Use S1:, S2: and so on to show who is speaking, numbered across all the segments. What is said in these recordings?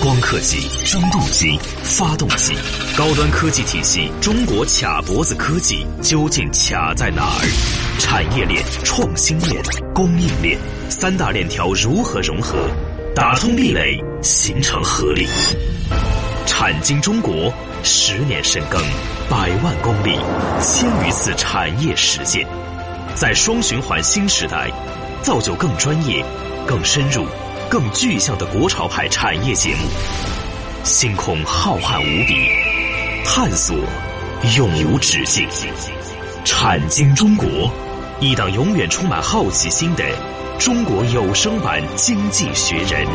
S1: 光刻机、蒸镀机、发动机，高端科技体系，中国卡脖子科技究竟卡在哪儿？产业链、创新链、供应链三大链条如何融合，打通壁垒，形成合力？产经中国十年深耕，百万公里，千余次产业实践，在双循环新时代，造就更专业、更深入、更具象的国潮派产业节目。星空浩瀚无比，探索永无止境。产经中国，一档永远充满好奇心的中国有声版《经济学人》。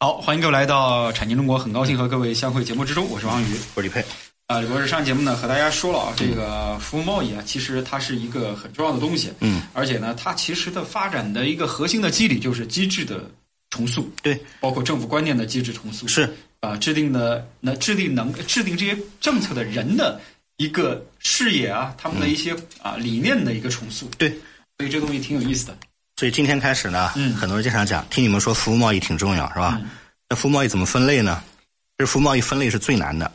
S2: 好，欢迎各位来到《产经中国》，很高兴和各位相会节目之中，我是王宇，
S3: 我是李佩。嗯
S2: 啊、呃，李博士上节目呢和大家说了啊，这个服务贸易啊，其实它是一个很重要的东西，
S3: 嗯，
S2: 而且呢，它其实的发展的一个核心的机理就是机制的重塑，
S3: 对，
S2: 包括政府观念的机制重塑，
S3: 是
S2: 啊、制定的那制定能制定这些政策的人的一个视野啊，他们的一些
S3: 嗯
S2: 啊、理念的一个重塑，
S3: 对，
S2: 所以这东西挺有意思的，
S3: 所以今天开始呢，
S2: 嗯
S3: 很多人经常讲，听你们说服务贸易挺重要，是吧？那服务贸易怎么分类呢？这服务贸易分类是最难的，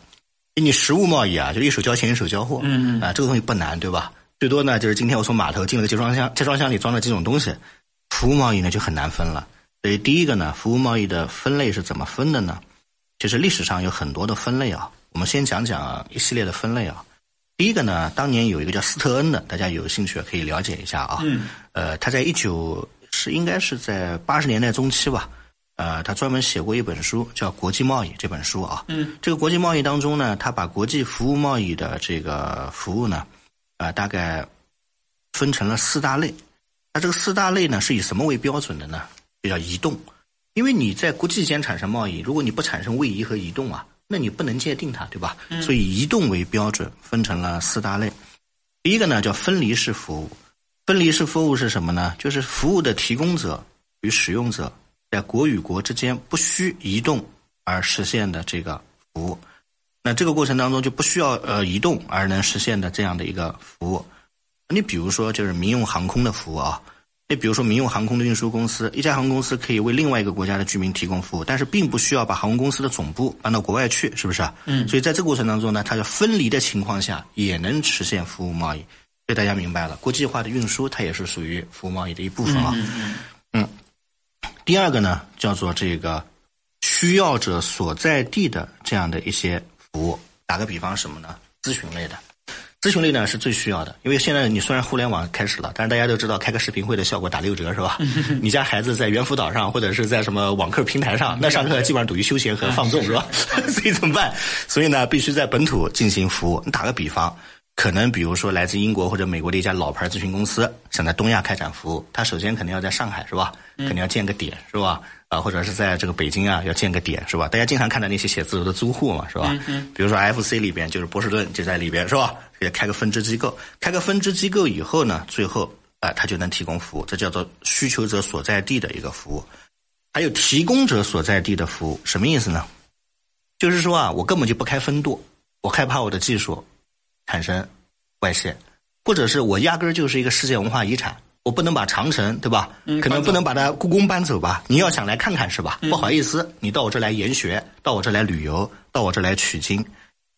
S3: 因为你实物贸易啊，就一手交钱一手交货，
S2: 嗯
S3: 啊、这个东西不难，对吧？最多呢就是今天我从码头进了个集装箱，集装箱里装着几种东西，服务贸易呢就很难分了。所以第一个呢，服务贸易的分类是怎么分的呢？其实历史上有很多的分类啊，我们先讲讲、一系列的分类啊。第一个呢，当年有一个叫斯特恩的，大家有兴趣可以了解一下啊。
S2: 嗯。
S3: 呃，他在一九是应该是在八十年代中期吧，呃，他专门写过一本书叫《国际贸易》这本书啊。
S2: 嗯。
S3: 这个国际贸易当中呢，他把国际服务贸易的这个服务呢，呃，大概分成了四大类。那这个四大类呢，是以什么为标准的呢？就叫移动，因为你在国际间产生贸易，如果你不产生位移和移动啊，那你不能界定它，对吧？所以移动为标准，分成了四大类。第一个呢叫分离式服务，分离式服务是什么呢？就是服务的提供者与使用者在国与国之间不需移动而实现的这个服务。那这个过程当中就不需要呃移动而能实现的这样的一个服务。你比如说就是民用航空的服务啊，你比如说民用航空的运输公司，一家航空公司可以为另外一个国家的居民提供服务，但是并不需要把航空公司的总部搬到国外去，是不是？嗯。所以在这个过程当中呢，它的分离的情况下也能实现服务贸易。所以大家明白了，国际化的运输它也是属于服务贸易的一部分啊。第二个呢，叫做这个需要者所在地的这样的一些服务。打个比方，什么呢？咨询类的，咨询类呢是最需要的，因为现在你虽然互联网开始了，但是大家都知道开个视频会的效果打六折是吧？你家孩子在猿辅导上或者是在什么网课平台上，那上课基本上等于休闲和放纵是吧？所以怎么办？所以呢，必须在本土进行服务。你打个比方。可能比如说来自英国或者美国的一家老牌咨询公司想在东亚开展服务，它首先肯定要在上海是吧？肯定要建个点是吧？啊，或者是在这个北京啊要建个点是吧？大家经常看到那些写字楼的租户嘛是吧？比如说 FC 里边就是波士顿就在里边是吧？也开个分支机构，开个分支机构以后呢，最后啊、它就能提供服务，这叫做需求者所在地的一个服务。还有提供者所在地的服务，什么意思呢？就是说啊，我根本就不开分舵，我害怕我的技术产生外泄，或者是我压根儿就是一个世界文化遗产，我不能把长城，对吧？可能不能把它故宫嗯搬走嗯吧？你要想来看看是吧？不好意思，你到我这来研学，到我这来旅游，到我这来取经，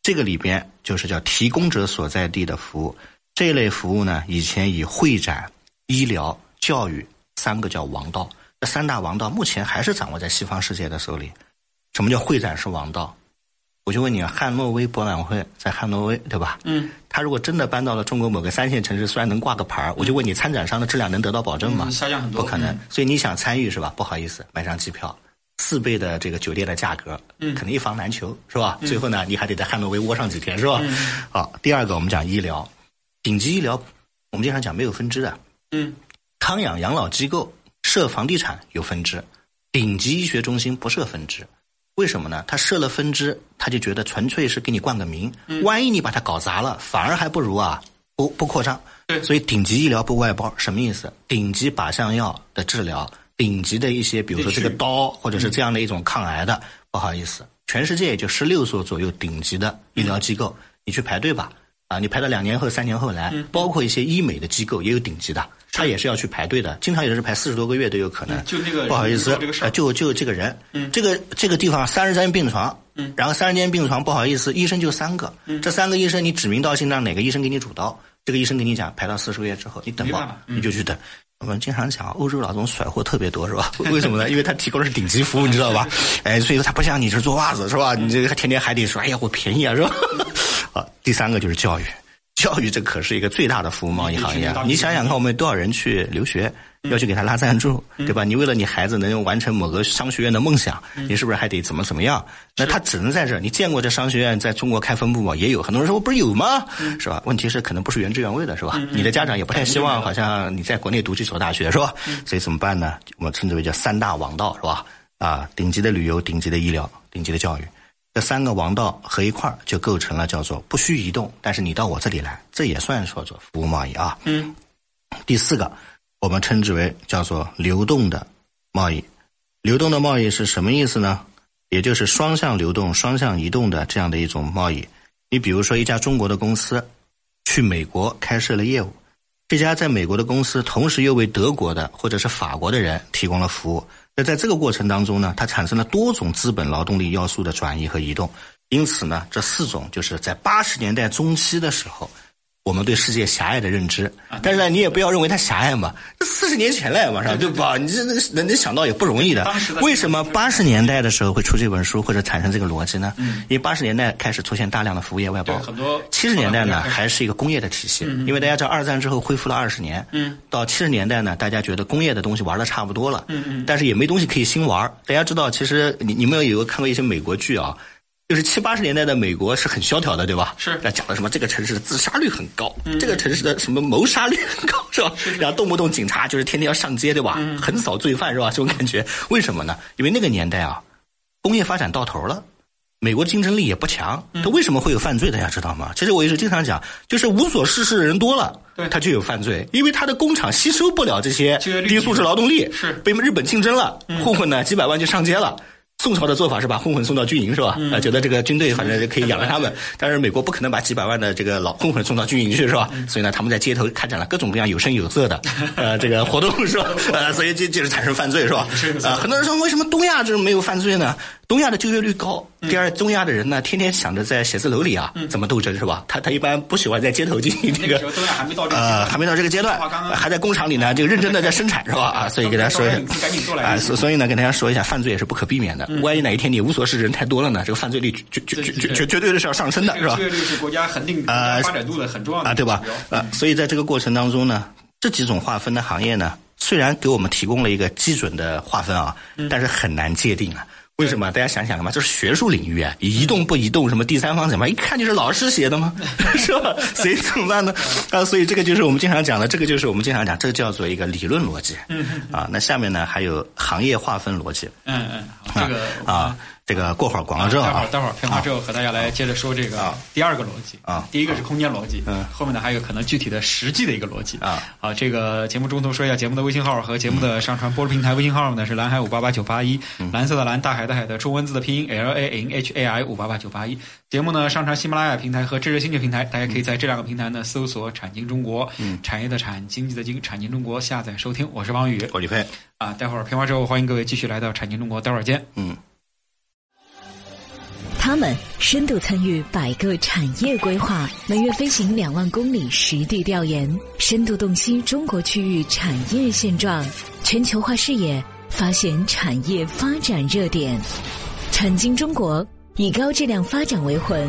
S3: 这个里边就是叫提供者所在地的服务。这一类服务呢，以前以会展、医疗、教育三个叫王道，这三大王道目前还是掌握在西方世界的手里。什么叫会展是王道？我就问你，啊，汉诺威博览会在汉诺威，对吧？嗯，他如果真的搬到了中国某个三线城市，虽然能挂个牌儿，我就问你，参展商的质量能得到保证吗？
S2: 嗯嗯下降很多
S3: 不可能。所以你想参与是吧？不好意思，买张机票，四倍的这个酒店的价格，嗯，肯定一房难求，是吧？
S2: 嗯
S3: 最后呢，你还得在汉诺威窝上几天，是吧？好，第二个我们讲医疗，顶级医疗，我们经常讲没有分支的，
S2: 嗯，
S3: 康养养老机构设房地产有分支，顶级医学中心不设分支。为什么呢？他设了分支，他就觉得纯粹是给你冠个名，
S2: 嗯
S3: 万一你把它搞砸了，反而还不如啊不不扩张。
S2: 对
S3: 所以顶级医疗不外包什么意思？顶级靶向药的治疗，顶级的一些，比如说这个
S2: 地区嗯
S3: 刀或者是这样的一种抗癌的，
S2: 嗯
S3: 不好意思，全世界也就十六所左右顶级的医疗机构，你去排队吧。啊，你排到两年后、三年后来，包括一些医美的机构也有顶级的，他也是要去排队的，经常也是排四十多个月都有可能。
S2: 嗯就那个
S3: 哎不好意思
S2: 这个，事儿嗯
S3: 呃就就这个人，这个这个地方三十间病床，然后三十间病床不好意思，医生就三个，
S2: 嗯
S3: 这三个医生你指名道姓让哪个医生给你主刀，这个医生给你讲排到四十个月之后，你等
S2: 没办
S3: 吧
S2: 法，
S3: 你就去等。我们经常讲，欧洲老总甩货特别多，是吧？ 为什么呢？因为他提供的是顶级服务，你知道吧？哎，所以说他不像你是做袜子，是吧？你这个天天还得说，哎呀，我便宜啊，是吧？ 啊，第三个就是教育，教育这可是一个最大的嗯服务贸易行业啊。你想想看，我们有多少人去留学，要去给他拉赞助，对吧？你为了你孩子能完成某个商学院的梦想，你是不是还得怎么怎么样？那他只能在这儿。你见过这商学院在中国开分部吗？也有很多人说，我不是有吗？是吧？问题是可能不是原汁原味的，是吧？你的家长也不太希望，好像你在国内读这所大学，是吧？所以怎么办呢？我们称之为叫三大王道，是吧？啊，顶级的旅游、顶级的医疗、顶级的教育。这三个王道合一块儿，就构成了叫做不需移动，但是你到我这里来，这也算说做服务贸易啊。
S2: 嗯，
S3: 第四个，我们称之为叫做流动的贸易。流动的贸易是什么意思呢？也就是双向流动、双向移动的这样的一种贸易。你比如说，一家中国的公司去美国开设了业务，这家在美国的公司同时又为德国的或者是法国的人提供了服务。那在这个过程当中呢，它产生了多种资本劳动力要素的转移和移动。因此呢，这四种就是在八十年代中期的时候，我们对世界狭隘的认知。但是呢，你也不要认为它狭隘嘛，这四十年前了，马上对吧？你这这能能想到也不容易的
S2: 当时的。
S3: 为什么八十年代的时候会出这本书或者产生这个逻辑呢？因为八十年代开始出现大量的服务业外包，
S2: 对很多
S3: 七十年代呢
S2: 嗯
S3: 还是一个工业的体系，因为大家知道二战之后恢复了二十年，嗯，到七十年代呢，大家觉得工业的东西玩的差不多了，嗯嗯，但是也没东西可以新玩儿。大家知道，其实你你们有有看过一些美国剧啊？就是七八十年代的美国是很萧条的，对吧？
S2: 是
S3: 那讲的什么这个城市的自杀率很高，这个城市的什么谋杀率很高，嗯是嗯吧？然后动不动警察就是天天要上街，对吧？横扫罪犯，是吧？这种感觉，为什么呢？因为那个年代啊，工业发展到头了。美国竞争力也不强，
S2: 嗯
S3: 他为什么会有犯罪？大家知道吗？其实我也是经常讲，就是无所事事的人多了
S2: 对，
S3: 他就有犯罪，因为他的工厂吸收不了这些
S2: 就业率
S3: 低素质劳动力，
S2: 是嗯
S3: 被日本竞争了，混混呢几百万就上街了。宋朝的做法是把混混送到军营是吧？
S2: 嗯
S3: 啊，觉得这个军队反正可以养着 他们，但是美国不可能把几百万的这个老混混送到军营去是吧？
S2: 嗯
S3: 所以呢，他们在街头开展了各种各样有声有色的 呃这个活动是吧？呃，所以就就是产生犯罪是吧？
S2: 是
S3: 啊，很多人说为什么东亚这没有犯罪呢？东亚的就业率高，
S2: 嗯
S3: 第二，东亚的人呢天天想着在写字楼里啊怎么斗争是吧？他他一般不喜欢在街头进行这
S2: 那
S3: 个
S2: 个时候东亚还没到这个
S3: 呃，
S2: 阶
S3: 还
S2: 段，
S3: 没到这个阶段
S2: 话刚，刚
S3: 还在工厂里呢，这个认真的在生产是吧？啊，所以给大家说一下
S2: 赶紧赶紧做，来
S3: 啊，所所以呢，跟大家说一下，犯罪也是不可避免的。万一哪一天你无所事事人太多了呢，这个犯罪率绝绝
S2: 对对
S3: 绝绝
S2: 对
S3: 绝绝对的是要上升的，
S2: 这
S3: 是
S2: 个
S3: 吧
S2: 就？业率是国家恒定国
S3: 呃
S2: 家发展度的很重要的
S3: 啊，对吧
S2: 指标？
S3: 啊，所以在这个过程当中呢，这几种划分的行业呢，虽然给我们提供了一个基准的划分啊，但是很难界定啊。为什么？大家想想看吧，这是学术领域啊，移动不移动，什么第三方怎么，一看就是老师写的嘛， 是吧？所以怎么办呢？啊，所以这个就是我们经常讲的，这个就是我们经常讲，这个叫做一个理论逻辑。啊，那下面呢还有行业划分逻辑
S2: 嗯嗯，好这个
S3: 啊，这个过会儿广告之后
S2: 待会
S3: 啊
S2: 儿，待会儿片花之后和大家来接着说这个第二个逻辑
S3: 啊
S2: 第一个是空间逻辑，
S3: 嗯
S2: 后面呢还有可能具体的实际的一个逻辑
S3: 啊。
S2: 好，这个节目中途说一下节目的微信号和节目的上传播出平台微信号呢是蓝海五八八九八一，
S3: 嗯
S2: 蓝色的蓝，大海的海的中文字的拼音 L A N H A I 五八八九八一。节目呢上传喜马拉雅平台和知识星球平台，大
S3: 嗯
S2: 家可以在这两个平台呢搜索“产经中国”，产业的产，经济的经，产经中国下载收听。我是王宇
S3: 我李飞，
S2: 啊，待会儿片花之后欢迎各位继续来到产经中国，待会儿见。
S3: 嗯。
S4: 他们深度参与百个产业规划，每月飞行两万公里实地调研，深度洞悉中国区域产业现状，全球化视野，发现产业发展热点。产经中国以高质量发展为魂，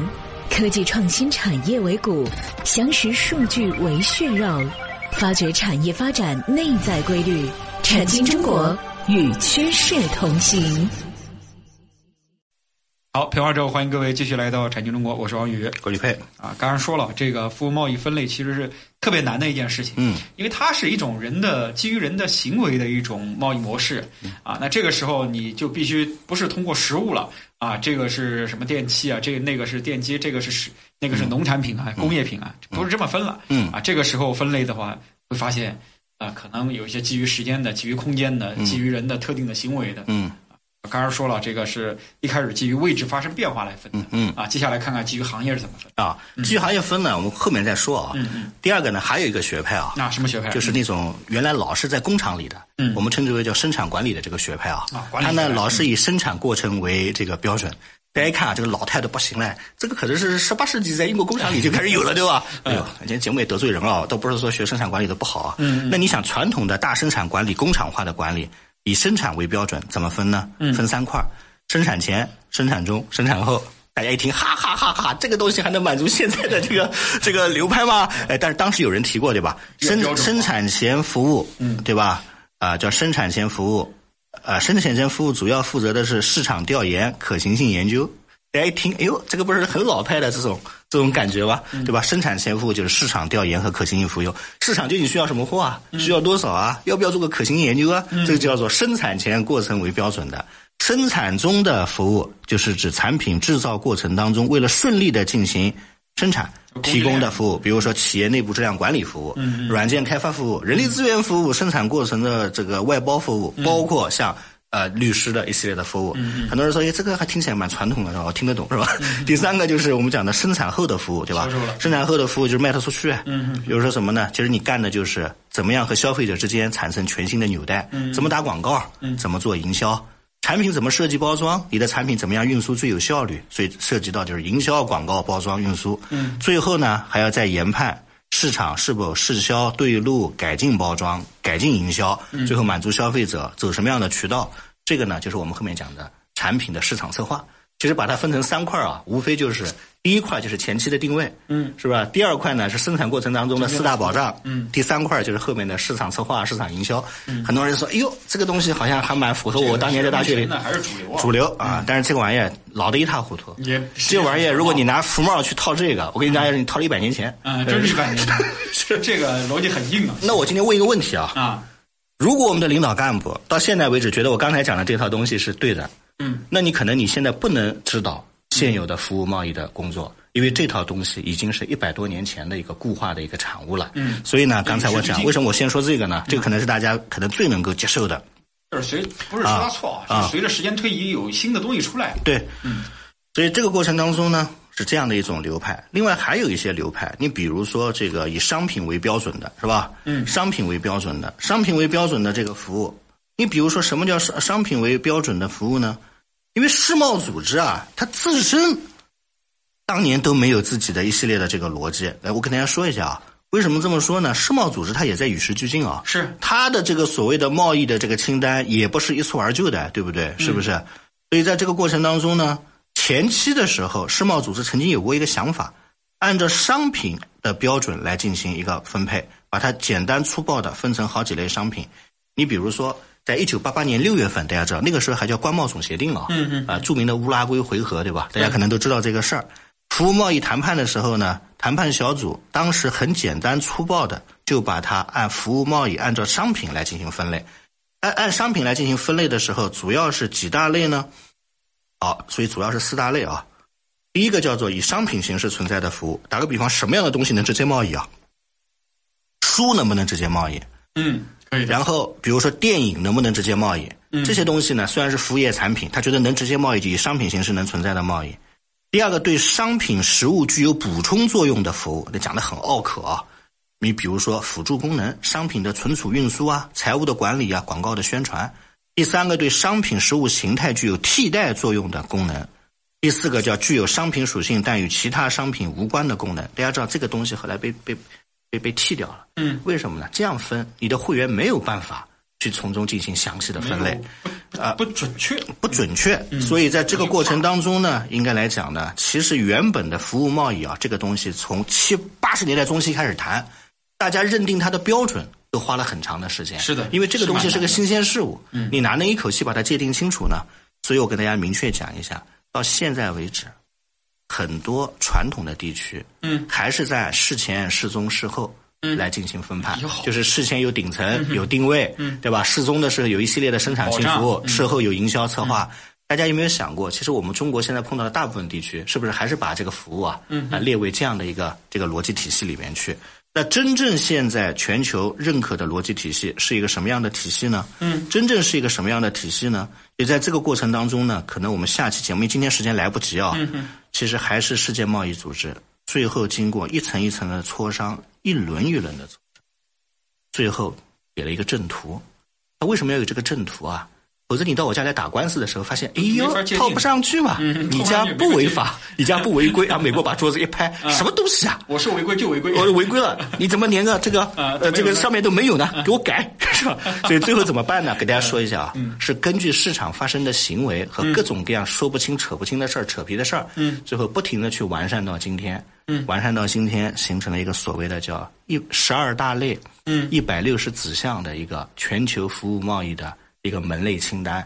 S4: 科技创新产业为骨，详实数据为血肉，发掘产业发展内在规律。产经中国与趋势同行。
S2: 好，片花之后欢迎各位继续来到产经中国，我是王宇。
S3: 郭李佩，
S2: 啊，刚刚说了，这个服务贸易分类其实是特别难的一件事情，
S3: 嗯，
S2: 因为它是一种人的基于人的行为的一种贸易模式，
S3: 嗯
S2: 啊，那这个时候你就必须不是通过实物了，啊，这个是什么电器啊，这个那个是电机，这个是石，那个是农产品啊，工业品啊，不是这么分了，
S3: 嗯
S2: 啊，这个时候分类的话，会发现，啊，可能有一些基于时间的，基于空间的，基于人的特定的行为的，
S3: 嗯
S2: 刚才说了，这个是一开始基于位置发生变化来分的，
S3: 嗯
S2: 啊，接下来看看基于行业是怎么分。
S3: 啊，基于行业分呢，我们后面再说
S2: 嗯
S3: 啊。第二个呢，还有一个学派啊，
S2: 那什么学派？
S3: 就是那种原来老是在工厂里的，
S2: 嗯
S3: 我们称之为叫生产管理的这个学派啊，
S2: 啊管理
S3: 它
S2: 学
S3: 呢
S2: 派
S3: 老是以生产过程为这个标准。大家一看啊，这个老太太不行了，这个可能是十八世纪在英国工厂里就开始有了，对吧？哎呦，今天节目也得罪人了啊，倒不是说学生产管理的不好啊。
S2: 嗯
S3: 那你想传统的大生产管理、工厂化的管理，以生产为标准，怎么分呢？
S2: 嗯
S3: 分三块儿：生产前、生产中、生产后。大家一听，哈哈哈哈！这个东西还能满足现在的这个这个流派吗？哎，但是当时有人提过，对吧？
S2: 越标准
S3: 生
S2: 化
S3: 生产前服务，
S2: 嗯
S3: 对吧？啊、叫生产前服务，啊、生产前服务主要负责的是市场调研、可行性研究。大家一听，哎呦，这个不是很老派的这种这种感觉吧，对吧？生产前服务就是市场调研和可行性服务，市场究竟需要什么货啊？需要多少啊？要不要做个可行性研究啊？这个叫做生产前过程为标准的。生产中的服务就是指产品制造过程当中，为了顺利的进行生产
S2: 供应
S3: 提供
S2: 链
S3: 的服务，比如说企业内部质量管理服务、
S2: 嗯
S3: 软件开发服务、人力资源服务、生产过程的这个外包服务，
S2: 嗯
S3: 包括像呃律师的一系列的服务。很多人说，哎，这个还听起来蛮传统的，是吧？我听得懂，是吧？ 第三个就是我们讲的生产后的服务，对吧
S2: 嗯销售了？
S3: 生产后的服务就是卖得出去，比如说什么呢？其实你干的就是怎么样和消费者之间产生全新的纽带，怎么打广告，怎么做营销。产品怎么设计包装？你的产品怎么样运输最有效率？所以涉及到就是营销、广告、包装、运输。嗯，最后呢，还要再研判市场是否适销、对路、改进包装、改进营销，最后满足消费者走什么样的渠道。这个呢，就是我们后面讲的产品的市场策划。其实把它分成三块啊，无非就是第一块就是前期的定位，嗯，是吧？第二块呢是生产过程当中的四大保障，嗯，第三块就是后面的市场策划、市场营销。很多人说，哎呦，这个东西好像还蛮符合我当年在大学里
S2: 那还是主流啊，
S3: 主流啊，但是这个玩意儿老得一塌糊涂。
S2: 也
S3: 这玩意儿，如果你拿福帽去套这个，我跟你讲，你套了一百年前。
S2: 啊，真是一百年， 是这个逻辑很硬啊
S3: 那我今天问一个问题啊，
S2: 啊，
S3: 如果我们的领导干部到现在为止觉得我刚才讲的这套东西是对的，
S2: 嗯，
S3: 那你可能你现在不能指导现有的服务贸易的工作，
S2: 嗯
S3: 因为这套东西已经是一百多年前的一个固化的一个产物了。
S2: 嗯
S3: 所以呢，刚才我
S2: 与时俱
S3: 讲，
S2: 进
S3: 为什么我先说这个呢？这个可能是大家可能最能够接受的。
S2: 就是随不是说他错
S3: 啊
S2: 啊，是随着时间推移有新的东西出来，
S3: 对，嗯，所以这个过程当中呢，是这样的一种流派。另外还有一些流派，你比如说这个以商品为标准的是吧？嗯，商品为标准的，商品为标准的这个服务，你比如说什么叫商商品为标准的服务呢？因为世贸组织啊，它自身当年都没有自己的一系列的这个逻辑。哎来，我跟大家说一下啊，为什么这么说呢？世贸组织它也在与时俱进啊，
S2: 是
S3: 它的这个所谓的贸易的这个清单也不是一蹴而就的，对不对？是不是？所以在这个过程当中呢，前期的时候，世贸组织曾经有过一个想法，按照商品的标准来进行一个分配，把它简单粗暴的分成好几类商品。你比如说，在一九八八年六月份，大家知道那个时候还叫关贸总协定啊，嗯嗯，啊，著名的乌拉圭回合，对吧？大家可能都知道这个事儿。服务贸易谈判的时候呢，谈判小组当时很简单粗暴的就把它按服务贸易按照商品来进行分类。按按商品来进行分类的时候，主要是几大类呢？好，所以主要是四大类啊。第一个叫做以商品形式存在的服务，打个比方，什么样的东西能直接贸易啊？书能不能直接贸易？
S2: 嗯，可以的，
S3: 然后比如说电影能不能直接贸易？这些东西呢，虽然是服务业产品，他觉得能直接贸易就以商品形式能存在的贸易。第二个，对商品实物具有补充作用的服务，那讲的很拗口啊。你比如说辅助功能、商品的存储运输啊、财务的管理啊、广告的宣传。第三个，对商品实物形态具有替代作用的功能。第四个叫具有商品属性但与其他商品无关的功能。大家知道这个东西后来被被被被剃掉了，嗯，为什么呢？这样分，你的会员没有办法去从中进行详细的分类，
S2: 啊，不准确，
S3: 不准确。
S2: 嗯
S3: 所以在这个过程当中呢，应该来讲呢，其实原本的服务贸易啊，这个东西从七八十年代中期开始谈，大家认定它的标准。都花了很长的时间，
S2: 是的
S3: 因为这
S2: 是
S3: 个东西
S2: 蛮
S3: 是个
S2: 难的嗯
S3: 新鲜事物，你哪能一口气把它界定清楚呢？所以我跟大家明确讲一下，到现在为止，很多传统的地区，
S2: 嗯，
S3: 还是在事前、事中、事后。来进行分判
S2: 哎呦，好
S3: 就是事前有顶层、有定位，对吧？事中的时候有一系列的生产性服
S2: 保
S3: 务，
S2: 障嗯
S3: 事后有营销策划。大家有没有想过，其实我们中国现在碰到的嗯大部分地区，是不是还是把这个服务啊，啊列为这样的一个这个逻辑体系里面去？那真正现在全球认可的逻辑体系是一个什么样的体系呢？嗯，真正是一个什么样的体系呢？也在这个过程当中呢，可能我们下期节目，因为今天时间来不及啊，嗯、其实还是世界贸易组织最后经过一层一层的磋商，一轮一轮的磋商，最后给了一个正途。那为什么要有这个正途啊？否则你到我家来打官司的时候，发现，哎呦
S2: 没法界，定
S3: 套不上去嘛，
S2: 嗯
S3: 你
S2: 套不
S3: 家
S2: 上去
S3: 不
S2: 没法嗯界
S3: 违
S2: 定
S3: 法，你家不违 规，啊然后美国把桌子一拍，什么东西啊？
S2: 我是违规就违规，
S3: 我违规了，你怎么连个这个
S2: 啊
S3: 呃
S2: 都没有
S3: 这个
S2: 呢
S3: 上面都没有呢？给我 改是吧？所以最后怎么办呢？给大家说一下啊，
S2: 嗯
S3: 是根据市场发生的行为和各种各样说不清、扯不清的事儿、扯皮的事儿，
S2: 嗯
S3: 最后不停的去完善到今天，完善到今天形成了一个所谓的叫一十二大类，
S2: 嗯
S3: 一百六十子项的一个全球服务贸易的一个门类清单。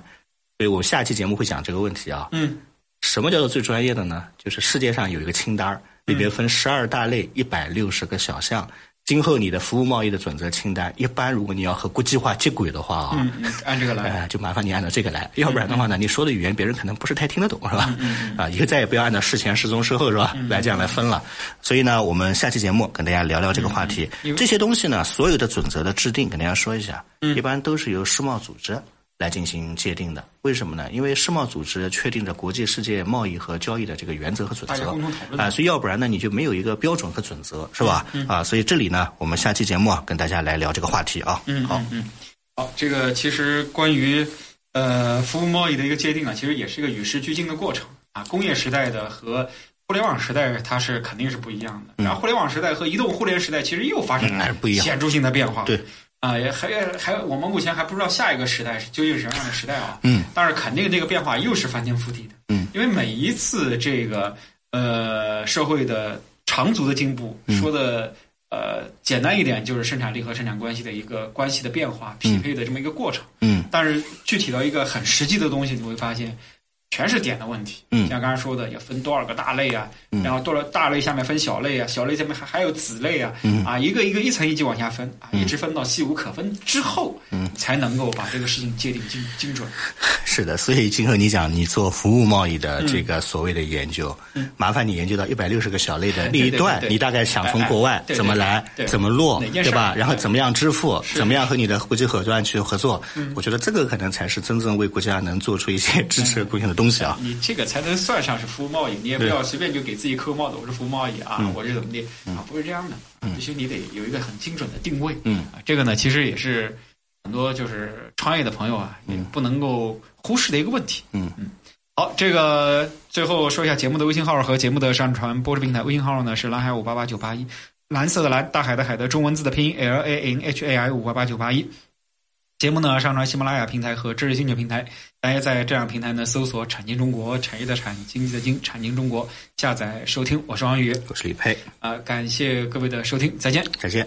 S3: 所以我下期节目会讲这个问题啊，
S2: 嗯，
S3: 什么叫做最专业的呢？就是世界上有一个清单儿，
S2: 嗯
S3: 里边分十二大类，一百六十个小项。今后你的服务贸易的准则清单，一般如果你要和国际化接轨的话啊，
S2: 嗯，嗯按这个来。
S3: 呃，就麻烦你按照这个来，要不然的话呢，你说的语言别人可能不是太听得懂，是吧？啊，以后再也不要按照事前、事中、事后，是吧？来这样来分了。所以呢，我们下期节目跟大家聊聊这个话题。这些东西呢，所有的准则的制定，跟大家说一下，一般都是由世贸组织来进行界定的。为什么呢？因为世贸组织确定着国际世界贸易和交易的这个原则和准
S2: 大家
S3: 则
S2: 共同讨论
S3: 啊，所以要不然呢，你就没有一个标准和准则，是吧？啊，所以这里呢，我们下期节目啊，跟大家来聊这个话题啊。嗯，好，
S2: 好，这个其实关于呃服务贸易的一个界定啊，其实也是一个与时俱进的过程啊。工业时代的和互联网时代它是肯定是不一样的，然后互联网时代和移动互联时代其实又发生
S3: 嗯还是
S2: 了
S3: 不一样
S2: 显著性的变化。
S3: 对。
S2: 啊，也还还，我们目前还不知道下一个时代是究竟是什么样的时代啊。
S3: 嗯，
S2: 但是肯定这个变化又是翻天覆地的。
S3: 嗯，
S2: 因为每一次这个呃社会的长足的进步，
S3: 嗯
S2: 说的呃简单一点，就是生产力和生产关系的一个关系的变化匹配的这么一个过程。
S3: 嗯
S2: 但是具体到一个很实际的东西，你会发现全是点的问题。
S3: 嗯
S2: 像刚才说的，也分多少个大类啊，
S3: 嗯
S2: 然后多少大类下面分小类啊，小类下面还还有子类啊，
S3: 嗯
S2: 啊，一个一个一层一级往下分啊，
S3: 嗯
S2: 一直分到细无可分之后，
S3: 嗯
S2: 才能够把这个事情界定精精准。
S3: 是的，所以今后你讲你做服务贸易
S2: 嗯
S3: 的这个所谓的研究，麻烦你研究到一百六十个小类的那一段，
S2: 对对对对
S3: 你大概想从国外
S2: 哎哎对
S3: 怎么来
S2: 对、对
S3: 怎么落
S2: 哪，件事
S3: 对吧？
S2: 儿
S3: 然后怎么样支付，
S2: 是嗯
S3: 怎么样和你的国际合作案去合作？我觉得这个可能才是真正为国家能做出一些支持
S2: 嗯
S3: 贡献的东西啊。
S2: 你这个才能算上是服务贸易，你也不
S3: 对嗯
S2: 要随便就给自己扣帽子，我是服务贸易啊，我是怎么的啊，不是这样的，必须你得有一个很精准的定位。
S3: 嗯
S2: 啊，这个呢，其实也是很多就是创业的朋友啊，也不能够忽视的一个问题。
S3: 嗯
S2: 嗯。好，这个最后说一下节目的微信号和节目的上传播出平台。微信号呢是蓝海五八八九八一，蓝色的蓝，大海的海的中文字的拼音 L A N H A I 五八八九八一。节目呢上传喜马拉雅平台和知识星球平台，大家在这两个平台呢搜索“产经中国”，产业的产，经济的经，产经中国下载收听。我是王宇，
S3: 我是李佩，
S2: 啊、感谢各位的收听，再见。
S3: 再见。